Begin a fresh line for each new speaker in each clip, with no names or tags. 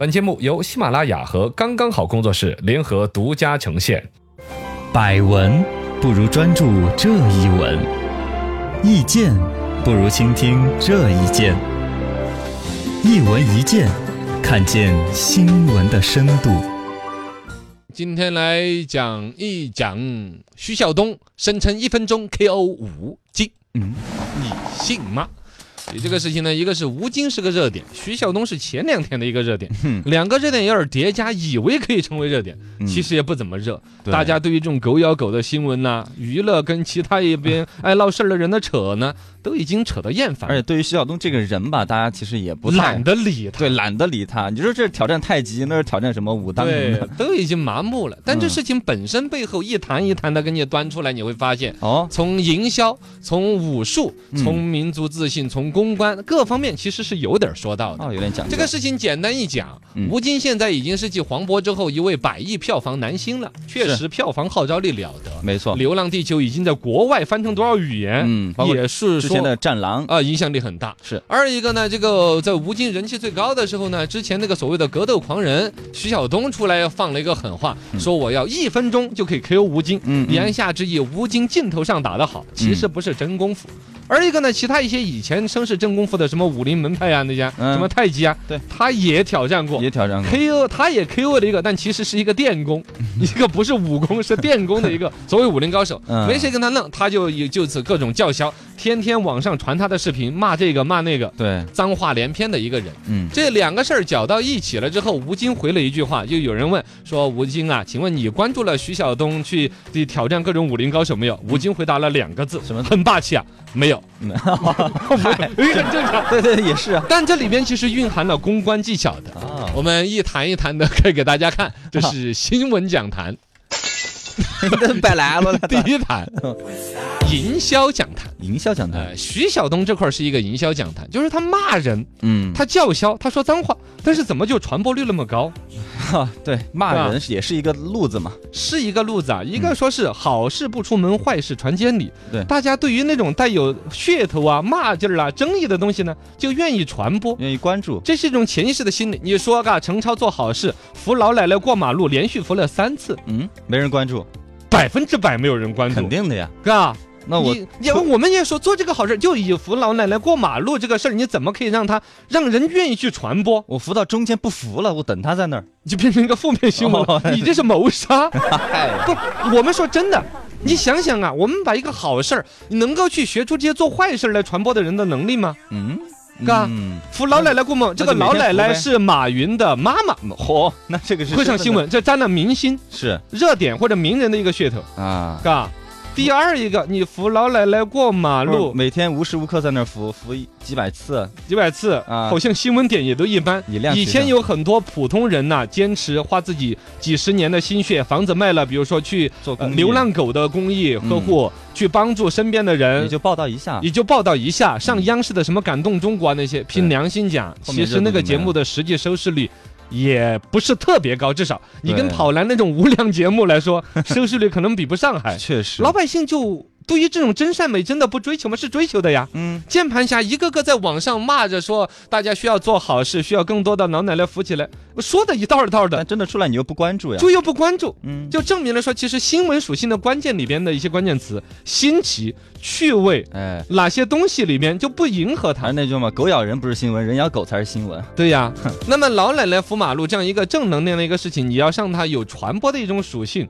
本节目由喜马拉雅和刚刚好工作室联合独家呈现。
百闻不如专注这一闻，意见不如倾听这一见。一闻一见，看见新闻的深度。
今天来讲一讲徐晓东声称一分钟 KO 吴京，
嗯，
你信吗？你这个事情呢，一个是吴京是个热点，徐晓东是前两天的一个 热点，两个热点有点叠加，以为可以成为热点，其实也不怎么热。
嗯对
大家对于这种狗咬狗的新闻呐、娱乐跟其他一边爱闹事儿的人的扯呢，都已经扯得厌烦
而且
了，
对于徐晓东这个人吧，大家其实也不太
懒，得理他。
对，懒得理他。你说这是挑战太极，那是挑战什么武当嗯什么
对
的？，
都已经麻木了。但这事情本身背后一坛一坛的给你端出来，你会发现，
哦，
从营销、从武术、
嗯
从民族自信、从公关各方面，其实是有点说道的。
哦，有点讲究
这个事情简单一讲
嗯，
吴京现在已经是继黄渤之后一位百亿票房男星了，确实票房号召力了得。
没错。
《流浪地球》已经在国外翻成多少语言，
嗯，包括
也是
之前
说
的《战狼》
啊影响力很大。
是
二一个呢，这个在吴京人气最高的时候呢，之前那个所谓的格斗狂人徐晓东出来放了一个狠话，说我要一分钟就可以 KO 吴京。
嗯嗯嗯嗯
言下之意，吴京镜头上打得好，其实不是真功夫。而一个呢，其他一些以前声势真功夫的，什么武林门派啊，那些
嗯
什么太极啊，
对，
他也挑战过
也。挑战过。
KO 他也 KO 了一个，但其实是一个电 工，一个不是武功，是电工的一个所谓武林高手，
嗯
没谁跟他弄，他就也就此各种叫嚣，天天网上传他的视频，骂这个骂那个，
对，
脏话连篇的一个人。
嗯，
这两个事儿搅到一起了之后，吴京回了一句话，就有人问说：“吴京啊，请问你关注了徐晓东去去挑战各种武林高手没有？”吴京回答了两个字，
什么
很霸气啊，没 有，
嗯
很正常。
对对，也是啊。
但这里边其实蕴含了公关技巧的。
啊，
我们一坛一坛的开给大家看，这是新闻讲 坛
摆来了，
第一坛，
嗯
营销讲坛。
营销讲坛，
呃，徐晓东这块儿是一个营销讲坛，就是他骂人，
嗯，
他叫嚣，他说脏话，但是怎么就传播率那么高？
哈，啊对，骂人是也是一个路子嘛，
是一个路子啊，一个说是好事不出门，坏事传千里。
嗯对
大家对于那种带有噱头啊、骂劲儿啊、争议的东西呢，就愿意传播。
愿意关注，
这是一种潜意识的心理。你说啊嘎，陈超做好事，扶老奶奶过马路，连续扶了三次，
嗯，没人关注，
百分之百没有人关注，
肯定的呀。
嘎。
那我
你也我们也说做这个好事，就以扶老奶奶过马路这个事儿，你怎么可以让他让人愿意去传播？
我扶到中间不服了，我等他在那儿。
你就变成一个负面新闻
哦
了，你这是谋 杀。
嗨，
不，我们说真的，你想想啊，我们把一个好事儿，你能够去学出这些做坏事儿来传播的人的能力吗？
嗯，
嘎
嗯，
扶老奶奶过马路，这个老奶奶是马云的妈妈，
嚯，那这个是
会上新闻，这沾了明星
是
热点或者名人的一个噱头，
啊。
嘎。第二一个，你扶老奶奶过马
不是
路
每天无时无刻在那儿扶扶一几百次，
几百次，
啊
好像新闻点也都一般。
以量取
以前
胜
有很多普通人呐、坚持花自己几十年的心血，房子卖了，比如说去
做
呃
公益嗯
流浪狗的公益呵护，去帮助身边的人
你，就报道一下，
也就报道一下，上央视的什么《感动中国》啊那些，凭良心讲，
嗯后面
其实那个节目的实际收视率。也不是特别高，至少你跟
对
跑男那种无良节目来 说，收视率可能比不上还。
哎确实，
老百姓就对于这种真善美真的不追求吗？是追求的呀。
嗯，
键盘侠一个个在网上骂着说，大家需要做好事，需要更多的老奶奶扶起来，说的一道一道的
但，真的出来你又不关注呀，
就又不关注，
嗯，
就证明了说，其实新闻属性的关键里边的一些关键词，新奇、趣味，
哎，
哪些东西里面就不迎合
还
它。
是那句嘛，狗咬人不是新闻，人咬狗才是新闻。
对呀，那么老奶奶扶马路这样一个正能量的一个事情，你要让它有传播的一种属性。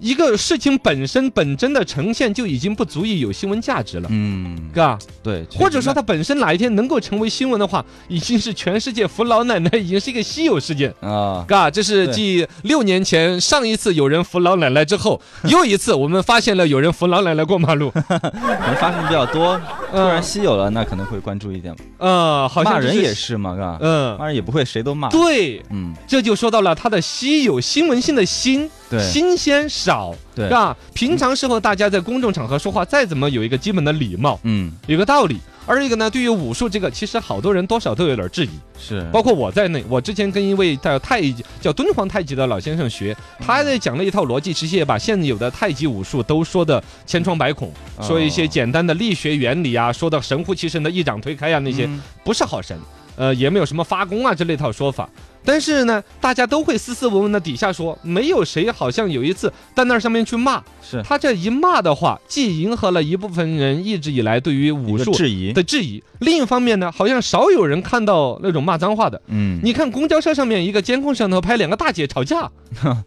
一个事情本身本真的呈现就已经不足以有新闻价值了，
嗯，
嘎。
对，
或者说
他
它本身哪一天能够成为新闻的话，已经是全世界扶老奶奶已经是一个稀有事件。
啊，
嘎，这是
对
继六年前上一次有人扶老奶奶之后，又一次我们发现了有人扶老奶奶过马路。
可能发生比较多，突然
嗯
稀有了，那可能会关注一点。
呃，好像
骂人
就
也，是嘛，嘎，
嗯，
骂人也不会谁都骂。
对，
嗯，
这就说到了它的稀有新闻性的新，
对
新鲜少，
对
吧？平常时候大家在公众场合说话，再怎么有一个基本的礼貌，
嗯，
有个道理。二一个呢，对于武术这个，其实好多人多少都有点质疑。
是，
包括我在内，我之前跟一位叫太极叫敦煌太极的老先生学，他在讲了一套逻辑，其实也把现有的太极武术都说的千疮百孔，
哦
说一些简单的力学原理啊，说的神乎其神的一掌推开啊那些
嗯
不是好神，呃也没有什么发功啊这类套说法。但是呢，大家都会斯斯文文的底下说，没有谁好像有一次在那上面去骂。
是
他这一骂的话，既迎合了一部分人一直以来对于武
一个
术
质疑，
的质疑，另一方面呢，好像少有人看到那种骂脏话的。
嗯，
你看公交车上面一个监控摄像头拍两个大姐吵 架，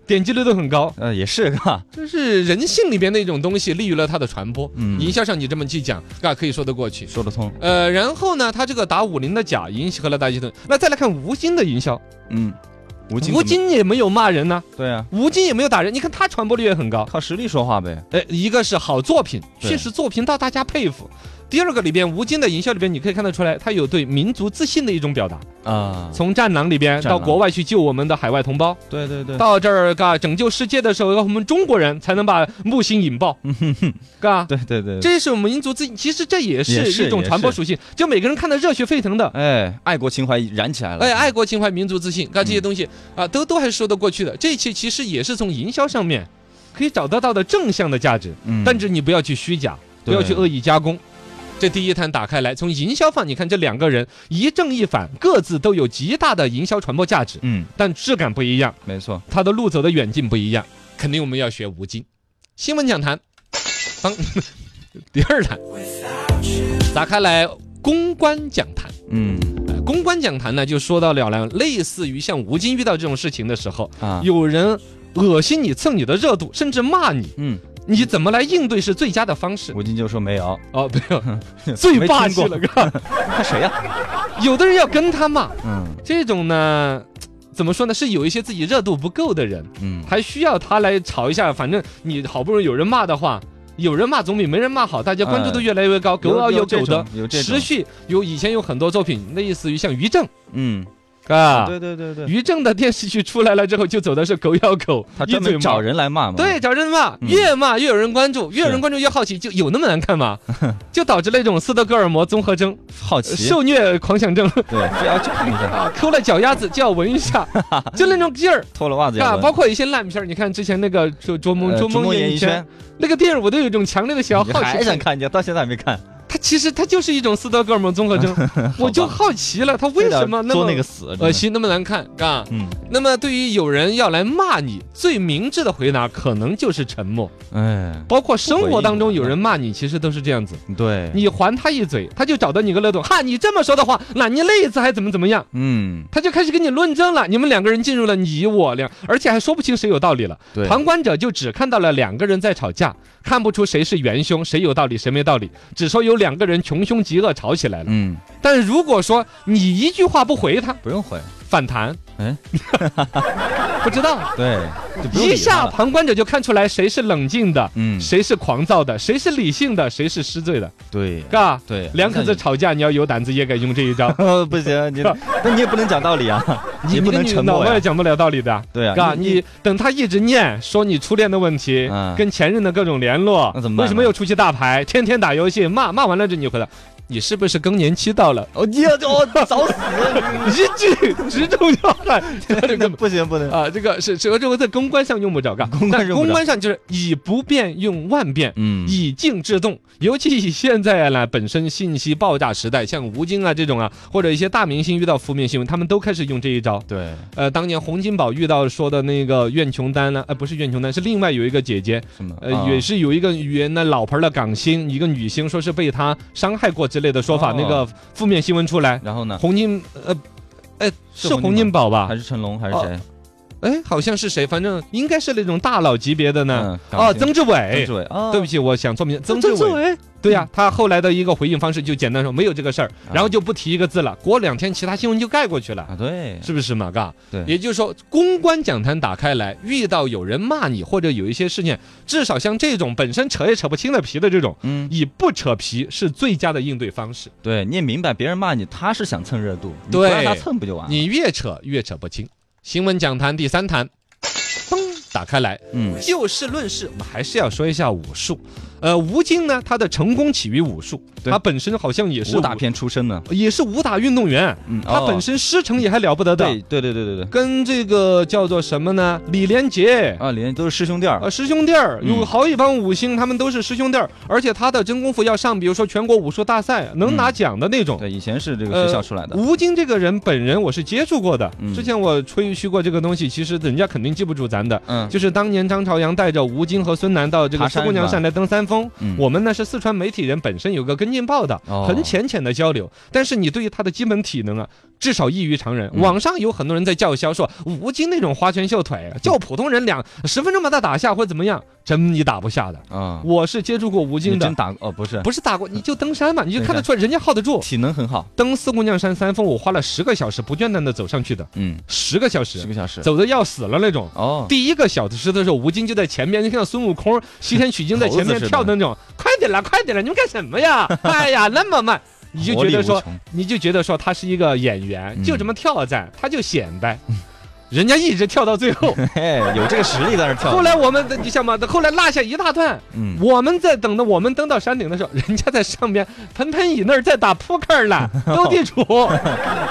点击率都很高，
呃也是哈，
这是人性里边的一种东西，利于了它的传播。
嗯
营销上你这么去讲，啊，可以说得过去。
说得通，
呃，然后呢，他这个打五零的假迎合了大家的。那再来看吴京的营销，
嗯，吴京
吴
怎么，
京也没有骂人呢、
对啊，
吴京也没有打人，你看他传播率也很高。
靠实力说话呗，
呃，一个是好作品，
对
确实作品到大家佩服。第二个里边，吴京的营销里边，你可以看得出来，他有对民族自信的一种表达。
啊，
从战狼里边
战
到
狼
国外去救我们的海外同胞，
对对对，
到这儿嘎拯救世界的时候，我们中国人才能把木星引 爆，嘎，
对对对，
这是我们民族自信。其实这也
也
是
是
一种
也
传播
是
属性，就每个人看得热血沸腾的。
哎，爱国情怀燃起来了，
哎，爱国情怀、民族自信，嘎这些东西
嗯
啊，都都还是说得过去的。这一切其实也是从营销上面可以找得到的正向的价值，
嗯，
但是你不要去虚假，不要去
对
恶意加工。这第一摊打开来，从营销方，你看这两个人一正一反，各自都有极大的营销传播价值，
嗯，
但质感不一样，
没错，
他的路走的远近不一样，肯定我们要学吴京。新闻讲坛，当 第二坛打开来，公关讲坛。
嗯
呃公关讲坛呢，就说到了了，类似于像吴京遇到这种事情的时候，
啊，
有人恶心你、蹭你的热度，甚至骂你，
嗯，
你怎么来应对是最佳的方式？
吴京就说没有，
哦，没有，最霸气了，哥。
看谁呀？
有的人要跟他骂，
嗯
这种呢，怎么说呢？是有一些自己热度不够的人，
嗯，
还需要他来吵一下。反正你好不容易有人骂的话，有人骂总比没人骂好，大家关注度越来越高，狗咬
有
有
这
狗的
种，有这
持
种，
续有以前有很多作品，类似于像于正
嗯，
啊，
对对对对，
于正的电视剧出来了之后，就走的是狗咬狗，
他
一
专
嘴
门
毛
找。人来骂嘛，
对，找人骂，
嗯
越骂越有人关注，越有人关注越好奇，就有那么难看吗？就导致了一种斯德哥尔摩综合征、
好奇，
受虐狂想症，
对，哎非要去看一下，
啊，抠了脚丫子就要闻一下，就那种劲儿
脱了袜子要
啊！
闻
包括一些烂片儿，你看之前那个《捉捉梦
呃
捉
逐
梦
演
演
艺
艺圈》，那个电影，我都有一种强烈的想要
你
好奇
还想
心。
看见，到现在还没看，
它其实它就是一种斯德哥尔摩综 合征，我就好奇了，它为
非得
什么那
做
么
那个死？真的
恶，心，那么难看，啊？
嗯，
那么对于有人要来骂你，最明智的回答可能就是沉默。
哎，
包括生活当中
不回应
有人骂你，其实都是这样子，
对，
你还他一嘴，他就找到你个漏洞，哈，你这么说的话，那你那次还怎么怎么样？
嗯，
他就开始跟你论证了，你们两个人进入了你我两，而且还说不清谁有道理了。
对，
旁观者就只看到了两个人在吵架，看不出谁是元凶，谁有道理，谁没道理，只说有两个人穷凶极恶吵起来了。
嗯，
但如果说你一句话不回他，
不用回，
反弹，
哎，
不知道，
对，就不用理
一
他
下
了，
旁观者就看出来谁是冷静的，
嗯，
谁是狂躁的，谁是理性的，谁是失罪的，
对，
嘎。
对，，
两口子吵架，你要有胆子也敢用这一招
呃，不行， 你那你也不能讲道理啊，你也
你
不能
你
沉
脑
默
袋也
呀，
讲不了道理的，
对
嘎。
啊，
你等他一直念说你初恋的问题
嗯，
跟前任的各种联络
那怎么，办
为什么又出去大牌，天天打游戏，骂骂完了之后你回答，你是不是更年期到了？
哦，你要 我找死，
一句直中要害，这个
不行不能，
啊，这个是这个这个在公关上用不着，嘎。
公关
但
用不
公
着
关上就是以不变用万变，
嗯，
以静制动，尤其以现在呢，本身信息爆炸时代，像吴京啊这种啊，或者一些大明星遇到负面新闻，他们都开始用这一招。
对，
呃，当年洪金宝遇到说的那个苑琼丹呢，呃，不是苑琼丹，是另外有一个姐姐，
什么，
呃，
啊
也是有一个原来老牌的港星，一个女星，说是被他伤害过之类的说法，
哦
那个负面新闻出来，
然后呢，
洪金呃，哎，
啊是
是
洪
洪
金
金宝吧
还？是成龙还是
哦
谁？
哎，好像是谁，反正应该是那种大佬级别的呢。
嗯，
哦，
港星
曾志
曾
伟
志。伟啊，
对不起，我想错名，曾志伟。
伟，
对呀、他后来的一个回应方式就简单说没有这个事儿，然后就不提一个字了。过两天其他新闻就盖过去了，
啊，对，
是不是嘛？嘎，
对
也就是说，公关讲坛打开来，遇到有人骂你或者有一些事情，至少像这种本身扯也扯不清的皮的这种，
嗯，
以不扯皮是最佳的应对方式。
对，你也明白，别人骂你，他是想蹭热度，你不
对
让他蹭不就完了？
你越扯越扯不清。新闻讲坛第三坛，砰，打开来，
嗯
就事论事，我们还是要说一下武术。呃，吴京呢，他的成功起于武术，
对
他本身好像也是
武打片出身的，
也是武打运动员，
嗯，
他
哦
本身师承也还了不得的
对，对对对对对，
跟这个叫做什么呢？李连杰。
啊，连都是师兄弟儿
呃，，师兄弟儿
嗯
有好几帮武星，他们都是师兄弟儿，而且他的真功夫要上，比如说全国武术大赛能拿奖的那种。
嗯对，以前是这个
呃
学校出来的，
吴京这个人本人我是接触过的
嗯，
之前我吹嘘过这个东西，其实人家肯定记不住咱的。
嗯，
就是当年张朝阳带着吴京和孙楠到这个
爬
车
山
姑娘
是吧
山来登三峰，
嗯
我们呢是四川媒体人，本身有个跟进报道，
哦
很浅浅的交流。但是你对于他的基本体能啊，至少异于常人。
嗯
网上有很多人在叫嚣说，吴京那种花拳绣腿，啊
嗯
叫普通人两十分钟把他打下或者怎么样，真你打不下的。
啊，
我是接触过吴
你
京
真
的，
打哦，不是，
不是打过，你就登山嘛，你就
登
看得
山
出来人家耗得住。
体能很好，
登四姑娘山三峰，我花了十个小时不倦怠的走上去的，
嗯，
十个小
十
时，
个小时，
走的要死了那种。
哦，
第一个小石头的时候，吴京就在前面，就看到孙悟空、西天取经在前面跳的那种，快点啦，快点啦，你们干什么呀？哎呀，那么慢，你就
活
觉
力
得
无
说，
穷，
你就觉得说他是一个演员，
嗯
就这么跳在，他就显摆，人家一直跳到最 后。
嘿，有这个实力在那儿跳，
后来我们，你想嘛，后来落下一大段。
嗯，
我们在等着，我们登到山顶的时候，人家在上边盆盆椅那儿在打扑克 呢，斗地主，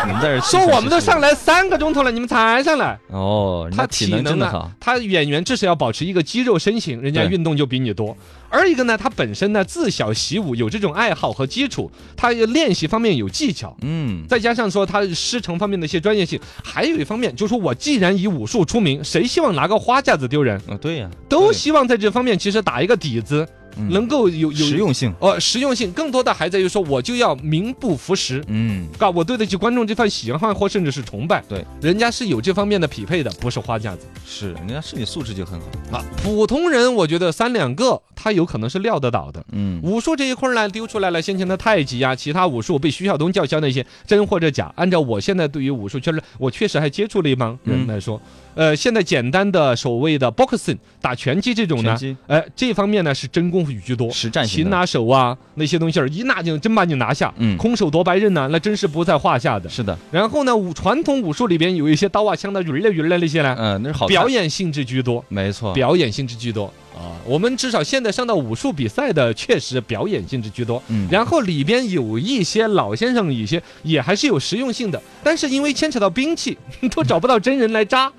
你们在这儿
说我们都
是是
上来三个钟头了，你们才上来。
是哦，人
他
家
体
体
能
能真的
啊
好，嗯
他演员至少要保持一个肌肉身形，人家
对
运动就比你多。而一个呢，他本身呢自小习武，有这种爱好和基础，他练习方面有技巧。
嗯，
再加上说他师承方面的一些专业性，还有一方面就是说我既然以武术出名，谁希望拿个花架子丢人？
啊，对呀，
都
对
希望在这方面其实打一个底子，
嗯
能够有有
实用性，
呃实用性。更多的还在于说我就要名不符实，
嗯，
啊，我对得起观众这份喜欢或甚至是崇拜。
对，
人家是有这方面的匹配的，不是花架子。
是，人家身体素质就很好，
啊，普通人我觉得三两个他有可能是料得到的。
嗯，
武术这一块儿呢，丢出来了先前的太极啊，其他武术被徐晓东叫嚣那些真或者假。按照我现在对于武术圈儿，我确实还接触了一帮人
嗯
来说，呃，现在简单的所谓的 boxing 打拳击这种
拳
呢，
击
呃，这方面呢是真功夫居多，
实战型
擒
的，
拿手啊那些东西儿一拿就真把你拿下，
嗯
空手夺白刃呢、那真是不在话下的。
是的，
然后呢，武传统武术里边有一些刀啊枪的鱼儿来鱼儿来那些呢，
嗯，那是好看哦
表，演性质居多。
没错，
表演性质居多啊。我们至少现在上到武术比赛的，确实表演性质居多。
嗯，
然后里边有一些老先生，一些也还是有实用性的，但是因为牵扯到兵器， 都找不到真人来扎，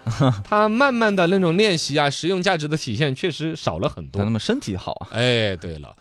他慢慢的那种练习啊，实用价值的体现确实少了很
他
多
那。么身体好啊，
哎，对了，